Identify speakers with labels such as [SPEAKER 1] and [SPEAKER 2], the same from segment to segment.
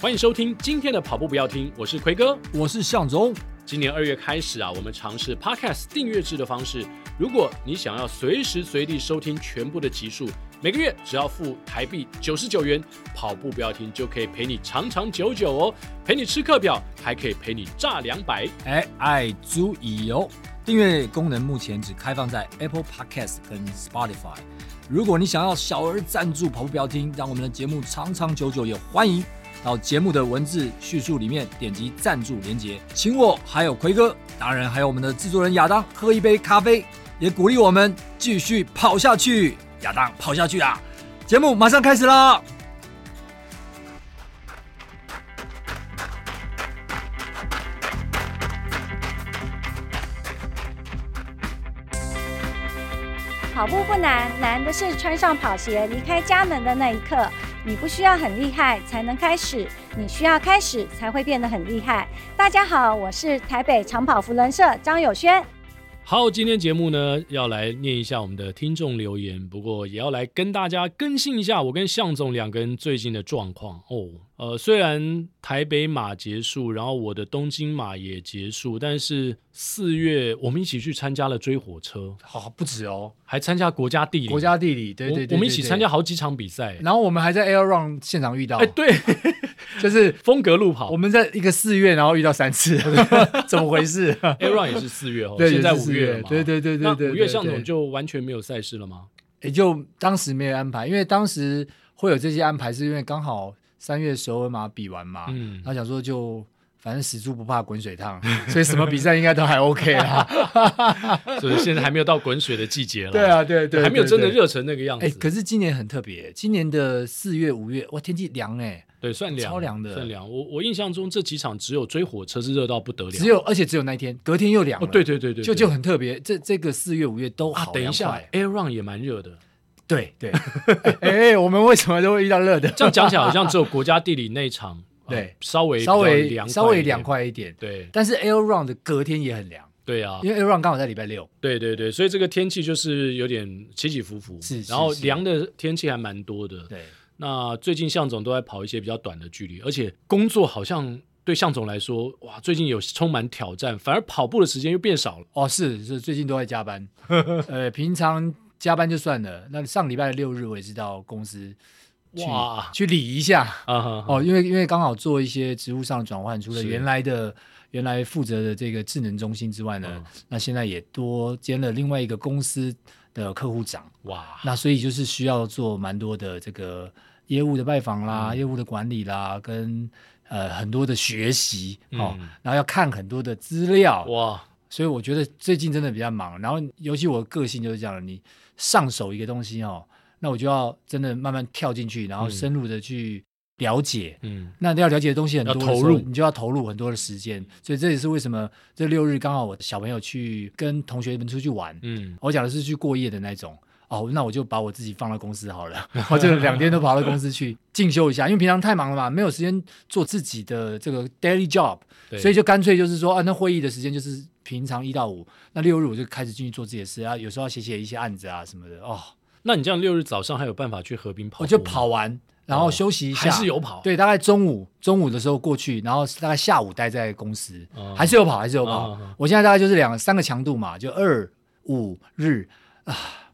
[SPEAKER 1] 欢迎收听今天的跑步不要听，我是奎哥。
[SPEAKER 2] 我是向总，
[SPEAKER 1] 今年二月开始啊，我们尝试 Podcast 订阅制的方式。如果你想要随时随地收听全部的集数，每个月只要付台币九十九元，跑步不要停就可以陪你长长久久哦，陪你吃课表，还可以陪你炸两百。
[SPEAKER 2] 哎，爱足以哦。订阅功能目前只开放在 Apple Podcast 跟 Spotify。如果你想要小额赞助跑步标听，让我们的节目长长久久，也欢迎到节目的文字叙述里面点击赞助连结，请我还有奎哥，当然还有我们的制作人亚当喝一杯咖啡，也鼓励我们继续跑下去。亚当跑下去啊！节目马上开始啦！
[SPEAKER 3] 跑步不难，难的是穿上跑鞋离开家门的那一刻。你不需要很厉害才能开始，你需要开始才会变得很厉害。大家好，我是台北长跑福人社张友轩。
[SPEAKER 1] 好，今天节目呢要来念一下我们的听众留言，不过也要来跟大家更新一下我跟向总两个人最近的状况哦。呃，虽然台北马结束，然后我的东京马也结束，但是四月我们一起去参加了追火车，
[SPEAKER 4] 好，不止哦，
[SPEAKER 1] 还参加国家地理，
[SPEAKER 4] 国家地理，对对对
[SPEAKER 1] 我，我们一起参加
[SPEAKER 4] 好，
[SPEAKER 1] 好几场比 赛。
[SPEAKER 4] 然后我们还在 Air Run 现场遇到，
[SPEAKER 1] 哎，对，
[SPEAKER 4] 就是
[SPEAKER 1] 风格路跑
[SPEAKER 4] 我们在一个四月，然后遇到 三次，怎么回事？
[SPEAKER 1] ，Aaron 也是四月哦，
[SPEAKER 4] 对，
[SPEAKER 1] 现在
[SPEAKER 4] 也是
[SPEAKER 1] 五
[SPEAKER 4] 四
[SPEAKER 1] 月了嘛。
[SPEAKER 4] 对对对对对，
[SPEAKER 1] 那五月
[SPEAKER 4] 对
[SPEAKER 1] 向总
[SPEAKER 4] 对
[SPEAKER 1] 就完全没有赛事了吗？
[SPEAKER 4] 也就当时没有安排，因为当时会有这些安排，是因为刚好三月首尔马比完嘛，
[SPEAKER 1] 嗯
[SPEAKER 4] 然，后想说就。反正死猪不怕滚水烫， 所以什么比赛应该都还 OK 啦。
[SPEAKER 1] 所以现在还没有到滚水的季节了。
[SPEAKER 4] 对啊，对对，
[SPEAKER 1] 还没有
[SPEAKER 4] 对
[SPEAKER 1] 真的。
[SPEAKER 4] 对
[SPEAKER 1] 热成那个样子。
[SPEAKER 4] 哎，可是今年很特别，今年的四月、五月，哇，天气凉哎，
[SPEAKER 1] 对，算凉，
[SPEAKER 4] 超凉的
[SPEAKER 1] 算凉。我我印象中这几场只有追火车是热到不得了，
[SPEAKER 4] 只有而且只有那一天，隔天又凉
[SPEAKER 1] 哦，
[SPEAKER 4] 了。
[SPEAKER 1] 对对对对，
[SPEAKER 4] 就
[SPEAKER 1] 对
[SPEAKER 4] 就很特别。这这个四月、五月都
[SPEAKER 1] 啊
[SPEAKER 4] 好，
[SPEAKER 1] 等一
[SPEAKER 4] 凉
[SPEAKER 1] 下
[SPEAKER 4] 快
[SPEAKER 1] ，Air Run 也蛮热的。
[SPEAKER 4] 对对， 哎、我们为什么都会遇到热的？
[SPEAKER 1] 这样讲起来好像只有国家地理那一场，呃
[SPEAKER 4] 对
[SPEAKER 1] 稍微比较
[SPEAKER 4] 稍微
[SPEAKER 1] 凉，
[SPEAKER 4] 稍微凉。快一点，
[SPEAKER 1] 对
[SPEAKER 4] 但是 Air Round 的隔天也很凉，
[SPEAKER 1] 对啊，
[SPEAKER 4] 因为 Air Round 刚好在礼拜六，
[SPEAKER 1] 对对对，所以这个天气就是有点起起伏伏，
[SPEAKER 4] 是是
[SPEAKER 1] 然后
[SPEAKER 4] 是
[SPEAKER 1] 凉的天气还蛮多的。
[SPEAKER 4] 对，
[SPEAKER 1] 那最近向总都在跑一些比较短的距离，而且工作好像对向总来说，哇，最近有充满挑战，反而跑步的时间又变少了。
[SPEAKER 4] 哦，是是，最近都在加班，呃，平常加班就算了，那上礼拜六日我也是到公司去
[SPEAKER 1] 哇
[SPEAKER 4] 去理一下，
[SPEAKER 1] 啊哈哈
[SPEAKER 4] 哦，因为因为刚好做一些职务上的转换，除了
[SPEAKER 1] 是
[SPEAKER 4] 原来的原来负责的这个智能中心之外呢，
[SPEAKER 1] 嗯
[SPEAKER 4] 那现在也多兼了另外一个公司的客户长，
[SPEAKER 1] 哇，
[SPEAKER 4] 那所以就是需要做蛮多的这个业务的拜访啦、业务的管理啦，跟呃很多的学习哦，
[SPEAKER 1] 嗯
[SPEAKER 4] 然后要看很多的资料，
[SPEAKER 1] 哇，
[SPEAKER 4] 所以我觉得最近真的比较忙。然后尤其我个性就是这样，你上手一个东西哦，那我就要真的慢慢跳进去，然后
[SPEAKER 1] 嗯
[SPEAKER 4] 深入的去了解。
[SPEAKER 1] 嗯，
[SPEAKER 4] 那要了解的东西很多的时候，
[SPEAKER 1] 要投入
[SPEAKER 4] 你就要投入很多的时间，所以这也是为什么这六日刚好我小朋友去跟同学们出去玩，
[SPEAKER 1] 嗯，
[SPEAKER 4] 我讲哦的是去过夜的那种。哦，那我就把我自己放到公司好了， 我这两天都跑到公司去进修一下，因为平常太忙了嘛，没有时间做自己的这个 daily job，
[SPEAKER 1] 对，
[SPEAKER 4] 所以就干脆就是说啊，那会议的时间就是平常一到五，那六日我就开始进去做自己的事啊，有时候要写写一些案子啊什么的哦，
[SPEAKER 1] 那你这样六日早上还有办法去河滨跑步吗？
[SPEAKER 4] 我哦就跑完，然后休息一下，
[SPEAKER 1] 哦还是有跑，
[SPEAKER 4] 对，大概中午中午的时候过去，然后大概下午待在公司，
[SPEAKER 1] 哦
[SPEAKER 4] 还是有跑，还是有跑。
[SPEAKER 1] 哦哦哦
[SPEAKER 4] 我现在大概就是两三个强度嘛，就二五日，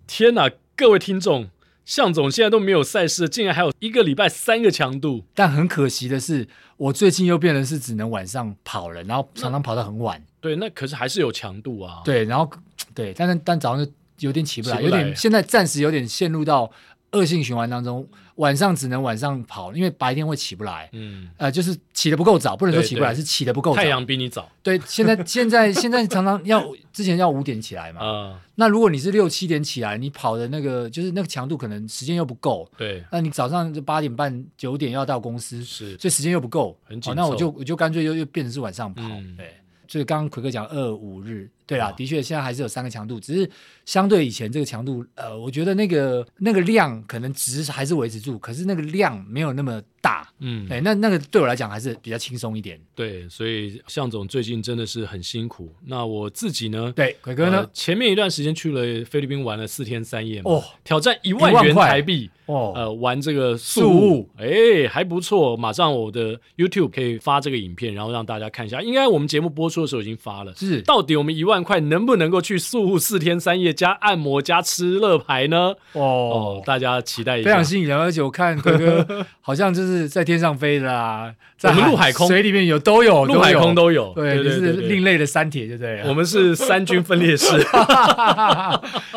[SPEAKER 1] 天哪，各位听众，向总现在都没有赛事，竟然还有一个礼拜三个强度，
[SPEAKER 4] 但很可惜的是，我最近又变成是只能晚上跑了，然后常常跑到很晚。
[SPEAKER 1] 对，那可是还是有强度啊。，
[SPEAKER 4] 对，然后对，但是但早上就有点起不来，
[SPEAKER 1] 起不来
[SPEAKER 4] 有点现在暂时有点陷入到恶性循环当中，晚上只能晚上跑，因为白天会起不来。
[SPEAKER 1] 嗯，
[SPEAKER 4] 呃，就是起得不够早，不能说
[SPEAKER 1] 对
[SPEAKER 4] 起不来，
[SPEAKER 1] 对
[SPEAKER 4] 是起得不够早。
[SPEAKER 1] 太阳比你早
[SPEAKER 4] 对，现在现在现在常常要之前要五点起来嘛，
[SPEAKER 1] 啊，
[SPEAKER 4] 那如果你是六七点起来，你跑的那个就是那个强度可能时间又不够，
[SPEAKER 1] 对，
[SPEAKER 4] 那你早上就八点半九点要到公司，
[SPEAKER 1] 是
[SPEAKER 4] 所以时间又不够，
[SPEAKER 1] 很紧
[SPEAKER 4] 哦那我
[SPEAKER 1] 凑
[SPEAKER 4] 就我就干脆又又变成是晚上跑，
[SPEAKER 1] 嗯
[SPEAKER 4] 对。所以刚刚奎哥讲二五日，对啦，
[SPEAKER 2] 哦
[SPEAKER 4] 的确现在还是有三个强度，只是相对以前这个强度，呃，我觉得那个那个量可能值还是维持住，可是那个量没有那么大。
[SPEAKER 1] 嗯，
[SPEAKER 4] 哎、那那个对我来讲还是比较轻松一点。
[SPEAKER 1] 对，所以向总最近真的是很辛苦。那我自己呢？
[SPEAKER 4] 对，鬼哥呢？
[SPEAKER 1] 呃前面一段时间去了菲律宾玩了四天三夜嘛，
[SPEAKER 4] 哦
[SPEAKER 1] 挑战一万
[SPEAKER 4] 一万
[SPEAKER 1] 元
[SPEAKER 4] 块
[SPEAKER 1] 台币，
[SPEAKER 4] 哦，
[SPEAKER 1] 呃，玩这个
[SPEAKER 4] 素
[SPEAKER 1] 素
[SPEAKER 4] 物
[SPEAKER 1] 物，哎、还不错。马上我的 YouTube 可以发这个影片，然后让大家看一下。应该我们节目播出的时候已经发了。
[SPEAKER 4] 是
[SPEAKER 1] 到底我们一万块能不能够去素物四天三夜加按摩加吃乐牌呢？哦，
[SPEAKER 4] 哦，
[SPEAKER 1] 大家期待一
[SPEAKER 4] 非
[SPEAKER 1] 下
[SPEAKER 4] 常。吸引人，而且我看鬼 哥好像就是在天上飞的啦，在
[SPEAKER 1] 我们
[SPEAKER 4] 海
[SPEAKER 1] 陆海空
[SPEAKER 4] 水里面有都有，
[SPEAKER 1] 陆海
[SPEAKER 4] 有
[SPEAKER 1] 空。都有，
[SPEAKER 4] 对，
[SPEAKER 1] 对
[SPEAKER 4] 你
[SPEAKER 1] 对
[SPEAKER 4] 是
[SPEAKER 1] 对
[SPEAKER 4] 另
[SPEAKER 1] 对
[SPEAKER 4] 类的三铁，对不对了？
[SPEAKER 1] 我们是三军分 裂式。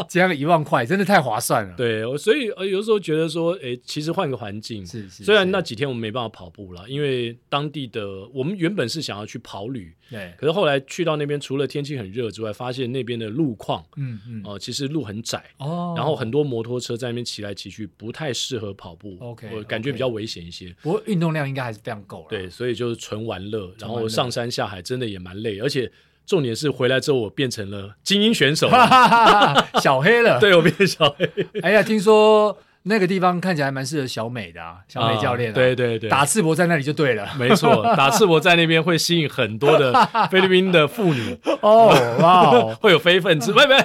[SPEAKER 4] 这样一万块真的太划算了。，
[SPEAKER 1] 对，我所以呃，有时候觉得说，诶，其实换个环境，
[SPEAKER 4] 是是。
[SPEAKER 1] 虽然
[SPEAKER 4] 是
[SPEAKER 1] 那几天我们没办法跑步了，因为当地的我们原本是想要去跑旅，
[SPEAKER 4] 对，
[SPEAKER 1] 可是后来去到那边，除了天气很热之外，发现那边的路况
[SPEAKER 4] 嗯嗯
[SPEAKER 1] 哦、呃其实路很窄。
[SPEAKER 4] 哦
[SPEAKER 1] 然后很多摩托车在那边骑来骑去，不太适合跑步。
[SPEAKER 4] OK，
[SPEAKER 1] 我感觉
[SPEAKER 4] OK
[SPEAKER 1] 比较危险一些。
[SPEAKER 4] 不过运动量应该还是非常够了。
[SPEAKER 1] 对，，所以就是纯玩乐，然
[SPEAKER 4] 玩乐
[SPEAKER 1] 后上山下海真的也蛮累，而且重点是回来之后我变成了精英选手了，
[SPEAKER 4] 小黑了。，
[SPEAKER 1] 对我变小黑
[SPEAKER 4] 哎呀，听说那个地方看起来蛮适合小美的啊，小美教练、啊
[SPEAKER 1] 啊对对对，
[SPEAKER 4] 打赤膊在那里就对 了。
[SPEAKER 1] 没错， 打赤膊在那边会吸引很多的菲律宾的妇女，
[SPEAKER 4] 哦，哇哦，
[SPEAKER 1] 会有非分 之，喂喂，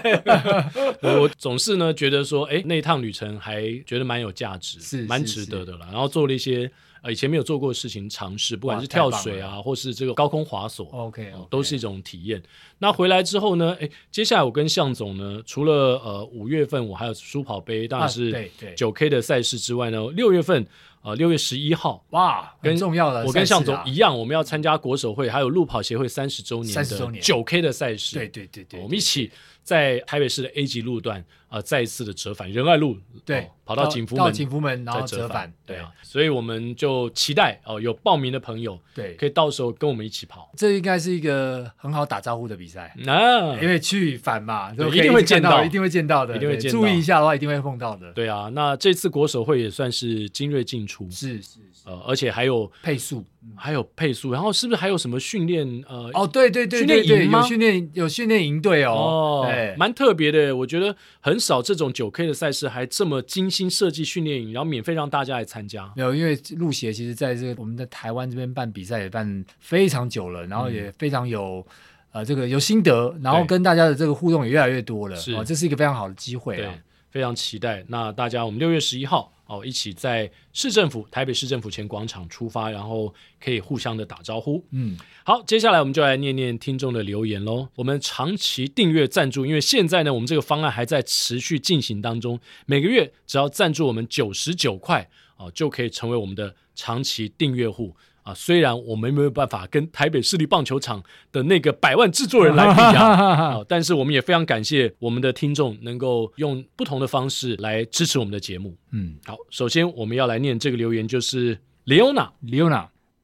[SPEAKER 1] 我总是呢觉得说，哎，那一趟旅程还觉得蛮有价值，
[SPEAKER 4] 是
[SPEAKER 1] 蛮
[SPEAKER 4] 是
[SPEAKER 1] 值得的啦。然后做了一些呃以前没有做过的事情尝试，不管
[SPEAKER 4] 哇
[SPEAKER 1] 是
[SPEAKER 4] 太棒
[SPEAKER 1] 跳水啊，或是这个高空滑索。
[SPEAKER 4] OK，,
[SPEAKER 1] 哦都是一种体验。那回来之后呢？哎，接下来我跟向总呢，除了呃五月份我还有书跑杯，当然
[SPEAKER 4] 啊对
[SPEAKER 1] 是
[SPEAKER 4] 对
[SPEAKER 1] 九 K 的赛事之外呢，六月份呃六月十一号
[SPEAKER 4] 哇，很
[SPEAKER 1] 跟
[SPEAKER 4] 重要的、啊
[SPEAKER 1] 我跟向总一，样，我们要参加国手会还有路跑协会三十周年
[SPEAKER 4] 30周
[SPEAKER 1] 的
[SPEAKER 4] 年
[SPEAKER 1] 九 K 的赛事，
[SPEAKER 4] 对对对对，
[SPEAKER 1] 我们一起在台北市的 A 级路段啊、呃再一次的折返仁爱路，
[SPEAKER 4] 对、
[SPEAKER 1] 哦跑到景福门，
[SPEAKER 4] 到景福门，然后
[SPEAKER 1] 再折
[SPEAKER 4] 返，
[SPEAKER 1] 对啊，所以我们就期待哦、有报名的朋友
[SPEAKER 4] 对
[SPEAKER 1] 可以到时候跟我们一起跑。
[SPEAKER 4] 这应该是一个很好打招呼的比赛。
[SPEAKER 1] 那、
[SPEAKER 4] 因为去返嘛，就可
[SPEAKER 1] 嗯
[SPEAKER 4] 以
[SPEAKER 1] 一定会
[SPEAKER 4] 直
[SPEAKER 1] 见
[SPEAKER 4] 看
[SPEAKER 1] 到
[SPEAKER 4] 一定会见到的，
[SPEAKER 1] 一定会
[SPEAKER 4] 对
[SPEAKER 1] 见
[SPEAKER 4] 注意
[SPEAKER 1] 到
[SPEAKER 4] 一下的话，一定会碰到的。
[SPEAKER 1] 对啊，那这次国手会也算是精锐进出，
[SPEAKER 4] 是是是，
[SPEAKER 1] 呃，而且还有
[SPEAKER 4] 配速。
[SPEAKER 1] 还有配速，然后是不是还有什么训练？呃，
[SPEAKER 4] 哦，对对对
[SPEAKER 1] 训
[SPEAKER 4] 对
[SPEAKER 1] 练
[SPEAKER 4] 对，
[SPEAKER 1] 营
[SPEAKER 4] 有
[SPEAKER 1] 吗
[SPEAKER 4] 训练有训练营队哦，
[SPEAKER 1] 哦
[SPEAKER 4] 对，
[SPEAKER 1] 蛮特别的。我觉得很少这种九 K 的赛事还这么精心设计训练营，然后免费让大家来参加。
[SPEAKER 4] 没有，因为路协其实在这个我们在台湾这边办比赛也办非常久了，然后也非常有、呃这个有心得，然后
[SPEAKER 1] 嗯对
[SPEAKER 4] 跟大家的这个互动也越来越多了，
[SPEAKER 1] 是
[SPEAKER 4] 哦，这是一个非常好的机会啊
[SPEAKER 1] 对。，非常期待。那大家，我们六月十一号哦，一起在市政府台北市政府前广场出发，然后可以互相的打招呼。
[SPEAKER 4] 嗯，
[SPEAKER 1] 好，接下来我们就来念念听众的留言喽。我们长期订阅赞助，因为现在呢，我们这个方案还在持续进行当中，每个月只要赞助我们九十九块哦，就可以成为我们的长期订阅户。啊，虽然我们没有办法跟台北市立棒球场的那个百万制作人来比 啊，啊，但是我们也非常感谢我们的听众能够用不同的方式来支持我们的节目。
[SPEAKER 4] 嗯
[SPEAKER 1] 好，首先我们要来念这个留言，就是雷欧娜，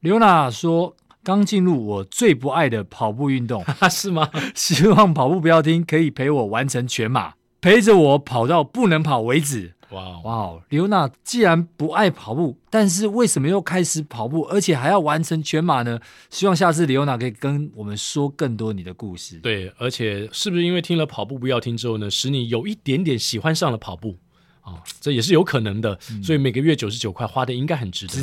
[SPEAKER 4] ，Leona，Leona 说。刚进入我最不爱的跑步运动，
[SPEAKER 1] 是吗？
[SPEAKER 4] 希望跑步不要听，可以陪我完成全马，陪着我跑到不能跑为止。
[SPEAKER 1] 哇哦，
[SPEAKER 4] 哇哦，刘娜既然不爱跑步，但是为什么又开始跑步，而且还要完成全马呢？希望下次刘娜可以跟我们说更多你的故事。
[SPEAKER 1] 对，而且是不是因为听了跑步不要听之后呢，使你有一点点喜欢上了跑步啊、这也是有可能的。
[SPEAKER 4] 嗯
[SPEAKER 1] 所以每个月九十九块花的应该很值得。值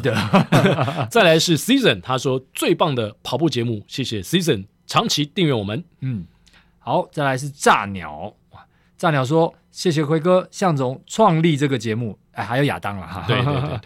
[SPEAKER 4] 得。
[SPEAKER 1] 再来是 Season，他说最棒的跑步节目，谢谢 Season 长期订阅我们。
[SPEAKER 4] 嗯，好，再来是炸鸟，哇炸鸟说谢谢辉哥、向总创立这个节目，哎，还有亚当了哈。
[SPEAKER 1] 对 对对对，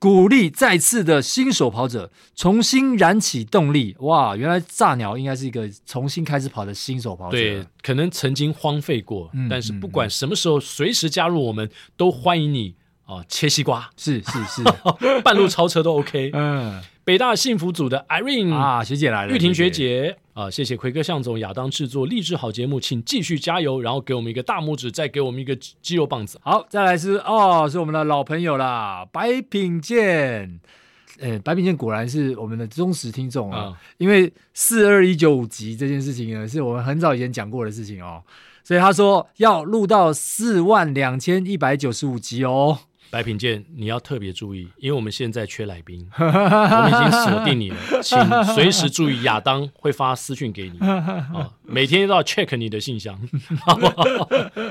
[SPEAKER 4] 鼓励再次的新手跑者重新燃起动力。哇，原来炸鸟应该是一个重新开始跑的新手跑者。
[SPEAKER 1] 对，可能曾经荒废过，
[SPEAKER 4] 嗯
[SPEAKER 1] 但是不
[SPEAKER 4] 嗯
[SPEAKER 1] 管什么时候，随时加入我们，都欢迎你啊、切西瓜，
[SPEAKER 4] 是是 是，
[SPEAKER 1] 半路超车都 OK。
[SPEAKER 4] 嗯
[SPEAKER 1] 北大幸福组的 Irene
[SPEAKER 4] 啊，学姐来
[SPEAKER 1] 嗯
[SPEAKER 4] 了，
[SPEAKER 1] 玉婷学姐啊、谢谢奎哥、向总、亚当制作励志好节目，请继续加油，然后给我们一个大拇指，再给我们一个肌肌肉棒子。
[SPEAKER 4] 好，再来是哦，是我们的老朋友啦，白品健。呃，白品健果然是我们的忠实听众啊，
[SPEAKER 1] 嗯
[SPEAKER 4] 因为四二一九五集这件事情呢，是我们很早以前讲过的事情哦，所以他说要录到四万两千一百九十五集哦，
[SPEAKER 1] 白品健，你要特别注意，因为我们现在缺来 宾，我们已经锁定你了，请随时注意亚当会发私讯 给你啊、每天都要 check 你的信箱。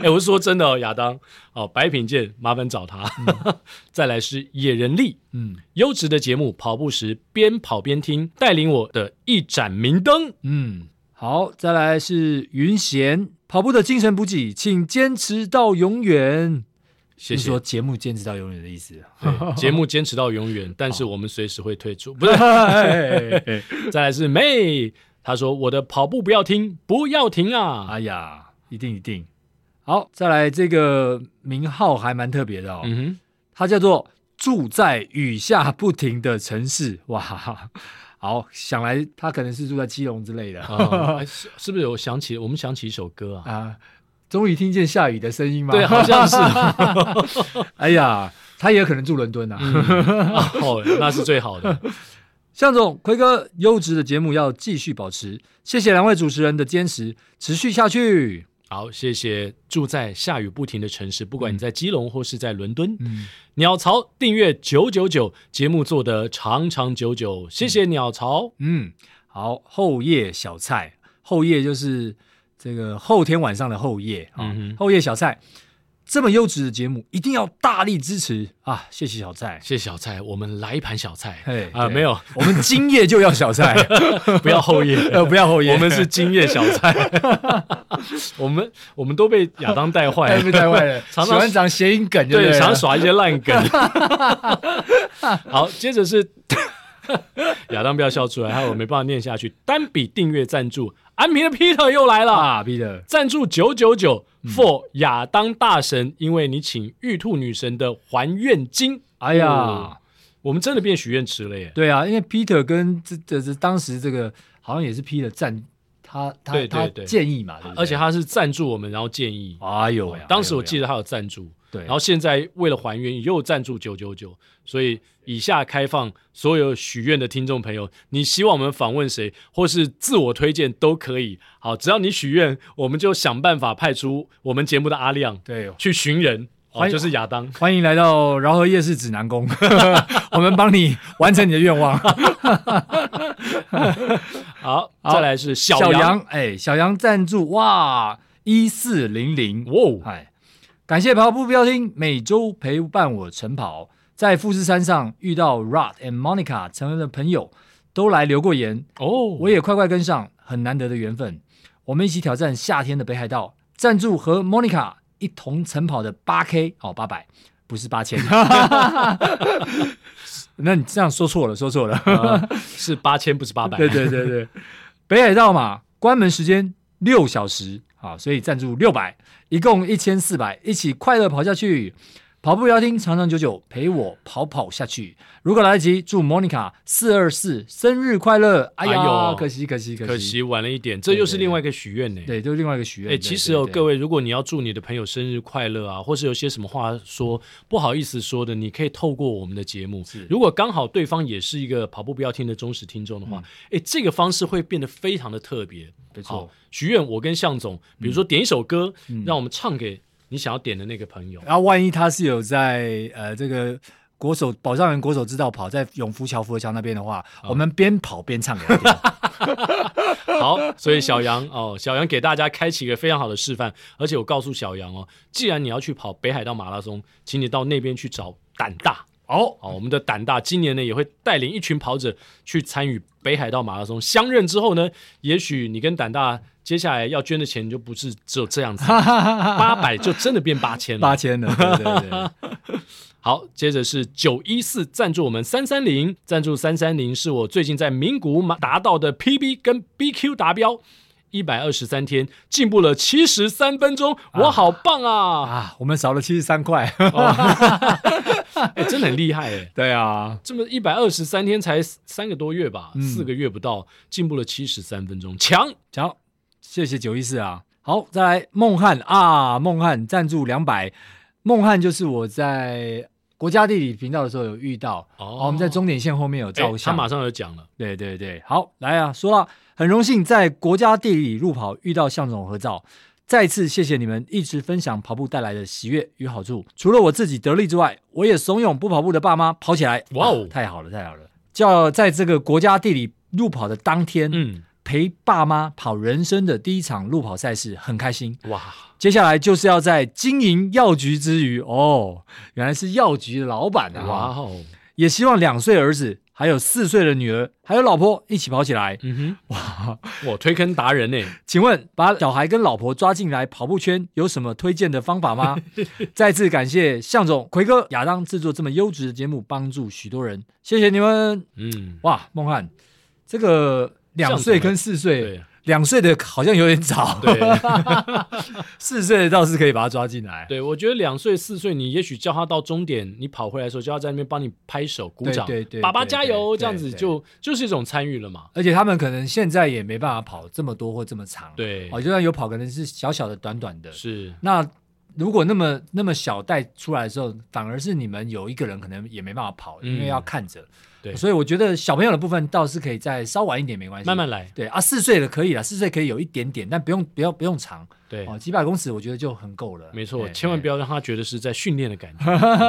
[SPEAKER 1] 哎、我是说真的哦，亚当哦，白品健，麻烦找他。
[SPEAKER 4] 嗯
[SPEAKER 1] 再来是野人力，
[SPEAKER 2] 嗯
[SPEAKER 1] 优质的节目，跑步时边跑边听，带领我的一盏明灯。
[SPEAKER 2] 嗯，
[SPEAKER 4] 好，再来是云贤，跑步的精神补给，请坚持到永远。
[SPEAKER 1] 谢
[SPEAKER 4] 是
[SPEAKER 1] 谢
[SPEAKER 4] 说。节目坚持到永远的 意 思。啊
[SPEAKER 1] 对节目坚持到永远，但是我们随时会退出， 不是？
[SPEAKER 4] 哎
[SPEAKER 1] 再来是妹，她说我的跑步不要停，不要停啊！
[SPEAKER 4] 哎呀，一定一定。好，再来这个名号还蛮特别的哦，
[SPEAKER 1] 嗯
[SPEAKER 4] 它叫做“住在雨下不停的城市”。哇，好，想来他可能是住在基隆之类的
[SPEAKER 1] 哼，啊、是是不是有想起我们想起一首歌啊？
[SPEAKER 4] 啊。终于听见下雨的声音吗？
[SPEAKER 1] 对，好像是。
[SPEAKER 4] 哎呀，他也可能住伦敦啊。
[SPEAKER 1] 嗯哦，那是最好的。
[SPEAKER 4] 向总、奎哥，优质的节目要继续保持，谢谢两位主持人的坚持，持续下去。
[SPEAKER 1] 好，谢谢住在下雨不停的城市，不管你在基隆或是在伦敦，
[SPEAKER 4] 嗯，
[SPEAKER 1] 鸟巢订阅九九九，节目做得长长久久，谢谢鸟巢。
[SPEAKER 4] 嗯，好，后夜小菜，后夜就是这个后天晚上的后夜啊、
[SPEAKER 1] 嗯哼
[SPEAKER 4] 后夜小菜，这么优质的节目一定要大力支持啊！谢谢小菜，
[SPEAKER 1] 谢谢小蔡，我们来一盘小菜
[SPEAKER 4] 嗯嘿
[SPEAKER 1] 啊、
[SPEAKER 4] 对
[SPEAKER 1] 没有，
[SPEAKER 4] 我们今夜就要 小菜，
[SPEAKER 1] 不要后 夜，
[SPEAKER 4] 呃，不要后夜，
[SPEAKER 1] 我们是今夜小菜， 我们我们都被亚当带坏
[SPEAKER 4] 太
[SPEAKER 1] 了，
[SPEAKER 4] 被带坏了，
[SPEAKER 1] 常
[SPEAKER 4] 喜
[SPEAKER 1] 常
[SPEAKER 4] 欢讲谐音梗就
[SPEAKER 1] 对，
[SPEAKER 4] 了
[SPEAKER 1] 想耍一些烂梗。 好，接着是 亚当，不要笑出来，害我没办法念下去。单笔订阅赞助，安平的 Peter 又来了，
[SPEAKER 4] 啊，Peter，嗯
[SPEAKER 1] 赞助九九九 for 亚当大神，因为你请玉兔女神的还愿金。
[SPEAKER 4] 哎呀。
[SPEAKER 1] 哦我们真的变许愿池了耶！
[SPEAKER 4] 对啊，因为 Peter 跟这这这当时这个好像也是 Peter 站他他
[SPEAKER 1] 对对对
[SPEAKER 4] 他建议嘛，对不对
[SPEAKER 1] 而且他是赞助我们，然后建议。
[SPEAKER 4] 哎呦呀，
[SPEAKER 1] 当时我记
[SPEAKER 4] 得
[SPEAKER 1] 得他有赞助，
[SPEAKER 4] 对，
[SPEAKER 1] 然后现在为了还愿又赞助九九九，所以以下开放所有许愿的听众朋友，你希望我们访问谁，或是自我推荐都可以。好，只要你许愿，我们就想办法派出我们节目的阿亮
[SPEAKER 4] 对。
[SPEAKER 1] 去寻人，哦，
[SPEAKER 4] 欢迎
[SPEAKER 1] 就是亚当。
[SPEAKER 4] 欢迎来到饶河夜市指南 宫，我们帮你完成你的愿望。
[SPEAKER 1] 好，
[SPEAKER 4] 好
[SPEAKER 1] 再来是 小
[SPEAKER 4] 小
[SPEAKER 1] 杨，
[SPEAKER 4] 杨，哎，小杨赞助哇，一四零零，
[SPEAKER 1] 哇哦，
[SPEAKER 4] 哎，感谢跑步标听每周陪伴我晨跑，在富士山上遇到 Rod and Monica 成为了朋友，都来留过言，
[SPEAKER 1] 哦，
[SPEAKER 4] 我也快快跟上，很难得的缘分。我们一起挑战夏天的北海道，赞助和 Monica 一同晨跑的八 K 哦，八百不是八千。 那你这样说错了，说错了。
[SPEAKER 1] 呃是八千不是八百，
[SPEAKER 4] 对对对对，北海道嘛，关门时间六小时啊，所以赞助六百，一共一千四百，一起快乐跑下去。跑步聊天长长久久，陪我跑跑下去。如果来得及，祝 Monica 四二四生日快乐！哎呀，
[SPEAKER 1] 哎呦
[SPEAKER 4] 可惜可惜可惜
[SPEAKER 1] 可惜晚了一点，这又是另外一个许愿呢。
[SPEAKER 4] 对，就是另外一个许愿。
[SPEAKER 1] 哎、其实哦，各
[SPEAKER 4] 位，
[SPEAKER 1] 位，如果你要祝你的朋友生日快乐啊，或是有些什么话说不好意思说的，你可以透过我们的节目
[SPEAKER 4] 是。
[SPEAKER 1] 如果刚好对方也是一个跑步不要听的忠实听众的话，哎、这个方式会变得非常的特别。
[SPEAKER 4] 嗯没错嗯
[SPEAKER 1] 好，许愿我跟向总，比如说点一首歌，让我们唱给你想要点的那个朋友。
[SPEAKER 4] 然后万一他是有在呃这个国手保障人国手之道跑在永福桥、福和桥那边的话，
[SPEAKER 1] 哦
[SPEAKER 4] 我们边跑边唱给他听。啊
[SPEAKER 1] 好，所以小杨哦，小杨给大家开启一个非常好的示范，而且我告诉小杨哦，既然你要去跑北海道马拉松，请你到那边去找胆大。
[SPEAKER 4] 哦，
[SPEAKER 1] 哦，我们的胆大今年呢也会带领一群跑者去参与北海道马拉松。相认之后呢，也许你跟胆大接下来要捐的钱就不是只有这样子， 八百就真的变八千
[SPEAKER 4] 八
[SPEAKER 1] 了。
[SPEAKER 4] 千的，对对对。
[SPEAKER 1] 好，接着是九一四赞助我们三三零，赞助三三零是我最近在名古马达到的 PB 跟 BQ 达标。一百二十三天，进步了七十三分钟，我好棒 啊！
[SPEAKER 4] 啊，我们少了七十三块。
[SPEAKER 1] 哦哎、真的很厉害哎、
[SPEAKER 4] 对啊，
[SPEAKER 1] 这么一百二十三天才三个多月吧，四个月不到，进步了七十三分钟，强！
[SPEAKER 4] 好，谢谢九一四啊。好，再来孟汉啊，孟汉赞助两百。孟汉就是我在国家地理频道的时候有遇到，
[SPEAKER 1] 哦
[SPEAKER 4] 我们在终点线后面有
[SPEAKER 1] 哎
[SPEAKER 4] 照
[SPEAKER 1] 他
[SPEAKER 4] 相。
[SPEAKER 1] 马上有讲了，
[SPEAKER 4] 对对对，好，来啊，说了，很荣幸在国家地理路跑遇到向总合照，再次谢谢你们一直分享跑步带来的喜悦与好处。除了我自己得利之外，我也怂恿不跑步的爸妈跑起来。
[SPEAKER 1] 哇哦
[SPEAKER 4] 啊太好了，太好了！叫在这个国家地理路跑的当天，
[SPEAKER 1] 嗯，
[SPEAKER 4] 陪爸妈跑人生的第一场路跑赛事，很开心。
[SPEAKER 1] 哇，
[SPEAKER 4] 接下来就是要在经营药局之余，哦，原来是药局的老板啊！
[SPEAKER 1] 哇哦，
[SPEAKER 4] 也希望两岁儿子、还有四岁的女儿、还有老婆一起跑起来。
[SPEAKER 1] 嗯哼，哇，我推坑达人呢？
[SPEAKER 4] 请问，把小孩跟老婆抓进来跑步圈有什么推荐的方 法吗？再次感谢向总、奎哥、亚当制作这么优质的节目，帮助许多人，谢谢你们！
[SPEAKER 1] 嗯，
[SPEAKER 4] 哇，孟汉，这个两岁跟四岁，
[SPEAKER 1] 对
[SPEAKER 4] 两岁的好像有点早，
[SPEAKER 1] 对
[SPEAKER 4] 四岁的倒是可以把他抓进来。
[SPEAKER 1] 对，我觉得两岁四岁，你也许叫他到终点，你跑回来的时候，叫他在那边帮你拍手鼓
[SPEAKER 4] 对
[SPEAKER 1] 掌，
[SPEAKER 4] 对对
[SPEAKER 1] 爸爸
[SPEAKER 4] 对
[SPEAKER 1] 加
[SPEAKER 4] 对
[SPEAKER 1] 油，
[SPEAKER 4] 对
[SPEAKER 1] 这样子
[SPEAKER 4] 对
[SPEAKER 1] 就就是一种参与了嘛。
[SPEAKER 4] 而且他们可能现在也没办法跑这么多或这么长，
[SPEAKER 1] 对
[SPEAKER 4] 哦，就算有跑，可能是小小的、短短的，
[SPEAKER 1] 是，
[SPEAKER 4] 那如果那么那么小带出来的时候，反而是你们有一个人可能也没办法跑，
[SPEAKER 1] 嗯
[SPEAKER 4] 因为要看着。
[SPEAKER 1] 对
[SPEAKER 4] 所以我觉得小朋友的部分倒是可以再稍晚一点，没关系，
[SPEAKER 1] 慢慢。来。
[SPEAKER 4] 对啊，四岁的可以了，四岁可以有一点点，但不用不要不用长
[SPEAKER 1] 对，
[SPEAKER 4] 哦，几百公尺我觉得就很够了。哎
[SPEAKER 1] 没错，
[SPEAKER 4] 对
[SPEAKER 1] 千万不
[SPEAKER 4] 对
[SPEAKER 1] 要让他觉得是在训练的 感觉，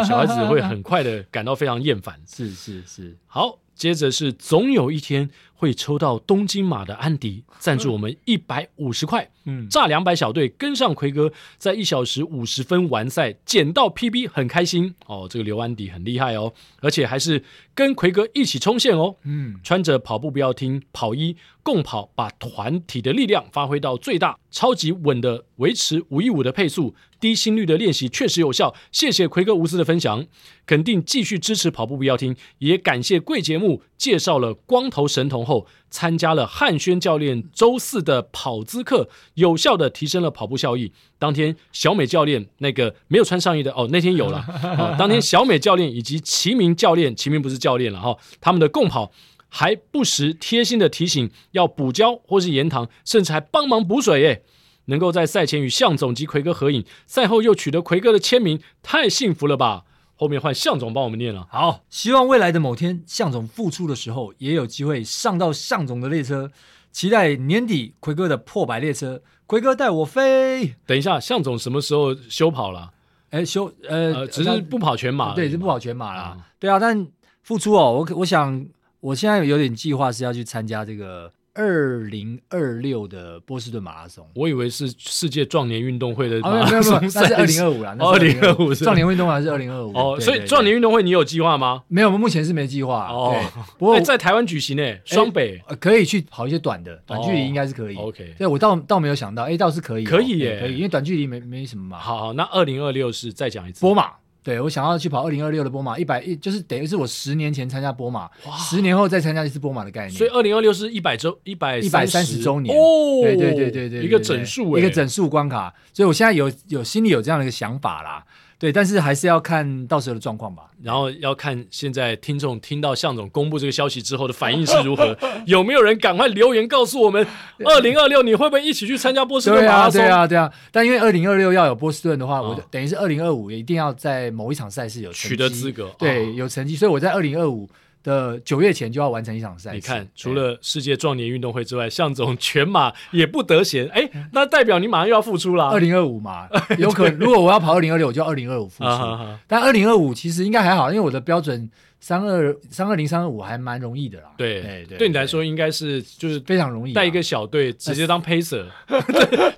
[SPEAKER 1] 小孩子会很快的感到非常厌烦。
[SPEAKER 4] 是是是，
[SPEAKER 1] 好，接着是总有一天会抽到东京马的安迪赞助我们一百五十块，
[SPEAKER 4] 嗯，
[SPEAKER 1] 炸两百小队跟上奎哥，在一小时五十分完赛，捡到 PB 很开心哦。这个刘安迪很厉害哦，而且还是跟奎哥一起冲线哦。
[SPEAKER 4] 嗯，
[SPEAKER 1] 穿着跑步不要听跑衣共跑，把团体的力量发挥到最大，超级稳的维持五一五的配速，低心率的练习确实有效。谢谢奎哥无私的分享，肯定继续支持跑步不要听，也感谢贵节目介绍了光头神童后，参加了汉轩教练周四的跑姿课，有效的提升了跑步效益。当天小美教练那个没有穿上衣的哦，那天有了。哦、当天小美教练以及齐明教练，齐明不是教练了哈、他们的共跑。还不时贴心的提醒要补胶或是盐糖，甚至还帮忙补水耶。能够在赛前与向总及奎哥合影，赛后又取得奎哥的签名，太幸福了吧！后面换向总帮我们念了。
[SPEAKER 4] 好，希望未来的某天，向总复出的时候，也有机会上到向总的列车。期待年底奎哥的破百列车，奎哥带我飞。
[SPEAKER 1] 等一下，向总什么时候休跑了？
[SPEAKER 4] 哎，修
[SPEAKER 1] 呃，
[SPEAKER 4] 呃，
[SPEAKER 1] 只
[SPEAKER 4] 那
[SPEAKER 1] 是不跑全马而已嘛，
[SPEAKER 4] 啊对，是不跑全马啦。
[SPEAKER 1] 嗯
[SPEAKER 4] 对啊，但付出哦，我我想我现在有点计划是要去参加这个二零二六的波士顿马 拉松。
[SPEAKER 1] 我以为是世界壮年运动会的
[SPEAKER 4] 啊，
[SPEAKER 1] 马拉
[SPEAKER 4] 没有没有没有，
[SPEAKER 1] 松
[SPEAKER 4] 那
[SPEAKER 1] 赛
[SPEAKER 4] 是
[SPEAKER 1] 事
[SPEAKER 4] 二零二五啦，
[SPEAKER 1] 哦
[SPEAKER 4] 那是
[SPEAKER 1] 2025是
[SPEAKER 4] 壮年运动会还是二零二五？
[SPEAKER 1] 哦，
[SPEAKER 4] 对
[SPEAKER 1] 所以
[SPEAKER 4] 对
[SPEAKER 1] 壮
[SPEAKER 4] 对
[SPEAKER 1] 年运动会你有计划吗？
[SPEAKER 4] 没有，我们目前是没计划。
[SPEAKER 1] 哦
[SPEAKER 4] 对， 不过
[SPEAKER 1] 哎在台湾举行诶，双北
[SPEAKER 4] 呃，可以去跑一些短的，短距离应该是可以。
[SPEAKER 1] 哦 OK
[SPEAKER 4] 对我倒倒没有想到，哎，倒是可以哦，
[SPEAKER 1] 可以
[SPEAKER 4] 对
[SPEAKER 1] 耶
[SPEAKER 4] 可以，因为短距离没没什么嘛。
[SPEAKER 1] 好好，那二零二六是再讲一次
[SPEAKER 4] 波马，对我想要去跑二零二六的波马，一百一就是等于是我十年前参加波马，十年后再参加一次波马的概念。
[SPEAKER 1] 所以二零二六是一百周一百
[SPEAKER 4] 一百三十周年
[SPEAKER 1] 哎哦，
[SPEAKER 4] 对对对对对，对
[SPEAKER 1] 一个整数、欸，
[SPEAKER 4] 一个整数关卡，所以我现在有有心里有这样的一个想法啦，对，但是还是要看到时候的状况吧。
[SPEAKER 1] 然后要看现在听众听到向总公布这个消息之后的反应是如何，有没有人赶快留言告诉我们，二零二六你会不会一起去参加波士顿
[SPEAKER 4] 对
[SPEAKER 1] 马
[SPEAKER 4] 啊，
[SPEAKER 1] 拉松？
[SPEAKER 4] 对啊，对啊，但因为二零二六要有波士顿的话，我
[SPEAKER 1] 哦
[SPEAKER 4] 就等于是二零二五也一定要在某一场赛事有成绩
[SPEAKER 1] 取得资格哦
[SPEAKER 4] 对，有成绩，所以我在二零二五的九月前就要完成一场赛事。
[SPEAKER 1] 你看
[SPEAKER 4] 对，
[SPEAKER 1] 除了世界壮年运动会之外，向总全马也不得闲，哎，那代表你马上又要复出啦。
[SPEAKER 4] 嗯二零二五嘛，有可能如果我要跑二零二六，我就二零二 五复出。
[SPEAKER 1] 啊哈哈
[SPEAKER 4] 但二零二五其实应该还好，因为我的标准三二三二零三二五还蛮容易的啦。
[SPEAKER 1] 对
[SPEAKER 4] 哎对对，
[SPEAKER 1] 对你来说应该是就是
[SPEAKER 4] 非常容易啊，
[SPEAKER 1] 带一个小队直接当 pacer，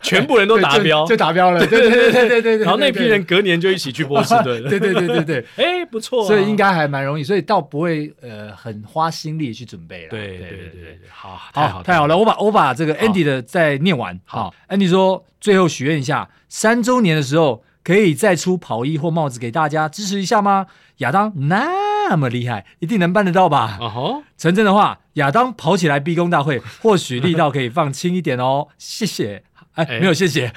[SPEAKER 1] 全 部人都
[SPEAKER 4] 对
[SPEAKER 1] 达
[SPEAKER 4] 就
[SPEAKER 1] 标
[SPEAKER 4] 就，达标了。对对对对对对。
[SPEAKER 1] 然后那批 人，隔年就一起去波士顿。
[SPEAKER 4] 对对对对对，
[SPEAKER 1] 哎，不错啊，
[SPEAKER 4] 所以应该还蛮容易，所以倒不会呃很花心力去准备了。
[SPEAKER 1] 对
[SPEAKER 4] 对
[SPEAKER 1] 对对对，好，太
[SPEAKER 4] 好，
[SPEAKER 1] 好
[SPEAKER 4] 太好了，我把我把这个 Andy 的再念完。
[SPEAKER 1] 好
[SPEAKER 4] ，Andy 哎说最后许愿一下，三周年的时候可以再出跑衣或帽子给大家支持一下吗？亚当那么厉害，一定能办得到吧？
[SPEAKER 1] 啊哈。
[SPEAKER 4] 成真的话，亚当跑起来逼宫 大会，或许力道可以放轻一点哦。谢谢，哎，
[SPEAKER 1] 哎
[SPEAKER 4] 没有谢谢，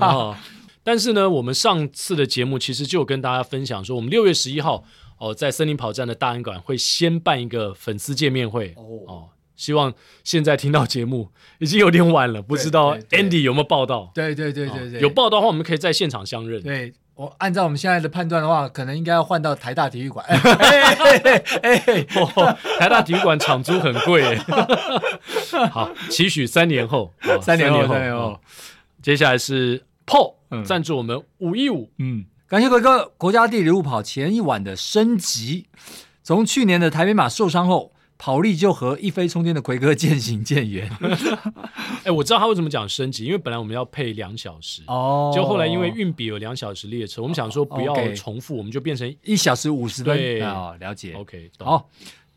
[SPEAKER 1] 哦，但是呢，我们上次的节目其实就有跟大家分享说，我们六月十一号哦，在森林跑站的大安馆会先办一个粉丝见面会
[SPEAKER 4] 哦
[SPEAKER 1] 哦。希望现在听到节目已经有点晚了，不知道
[SPEAKER 4] 对对
[SPEAKER 1] Andy 有没有报道？
[SPEAKER 4] 对对对
[SPEAKER 1] 哦
[SPEAKER 4] 对对，
[SPEAKER 1] 有报道的话，我们可以在现场相认。
[SPEAKER 4] 对。我按照我们现在的判断的话，可能应该要换到台大体 育馆。哎哎哎哎
[SPEAKER 1] 哦， 台大体育馆场租很贵 耶。好，期许三年后，哦
[SPEAKER 4] 三年后，三年后
[SPEAKER 1] 哦，接下来是 PO
[SPEAKER 2] 嗯
[SPEAKER 1] 赞助我们五亿五，
[SPEAKER 2] 嗯，
[SPEAKER 4] 感谢鬼哥国家地理路跑前一晚的升级。从去年的台北马受伤后，跑力就和一飞冲天的奎哥渐行 渐远。
[SPEAKER 1] 哎，我知道他为什么讲升级，因为本来我们要配两小时，
[SPEAKER 4] 哦
[SPEAKER 1] 就后来因为运比有两小时列车，我们想说不要
[SPEAKER 4] OK
[SPEAKER 1] 重复，我们就变成
[SPEAKER 4] 一小时五十分
[SPEAKER 1] 对
[SPEAKER 4] 啊、了解。
[SPEAKER 1] OK 懂。
[SPEAKER 4] 好，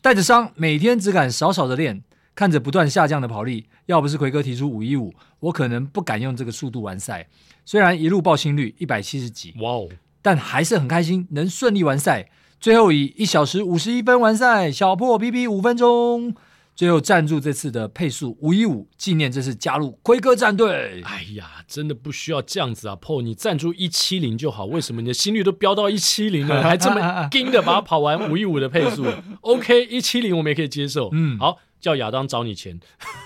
[SPEAKER 4] 带着伤，每天只敢少少的练，看着不断下降的跑力，要不是奎哥提出五一五，我可能不敢用这个速度完赛。虽然一路爆心率一百七十几，
[SPEAKER 1] 哇哦，
[SPEAKER 4] 但还是很开心能顺利完赛。最后以一小时五十一分完赛，小破 BB 五分钟。最后赞助这次的配速五一五，纪念这次加入奎哥战队。
[SPEAKER 1] 哎呀，真的不需要这样子啊，PO 你赞助一七零就好，为什么你的心率都飙到一七零 了，还这么盯的把它跑完五一五的配速？OK，一七零我们也可以接受。
[SPEAKER 4] 嗯
[SPEAKER 1] 好，叫亚当找你钱。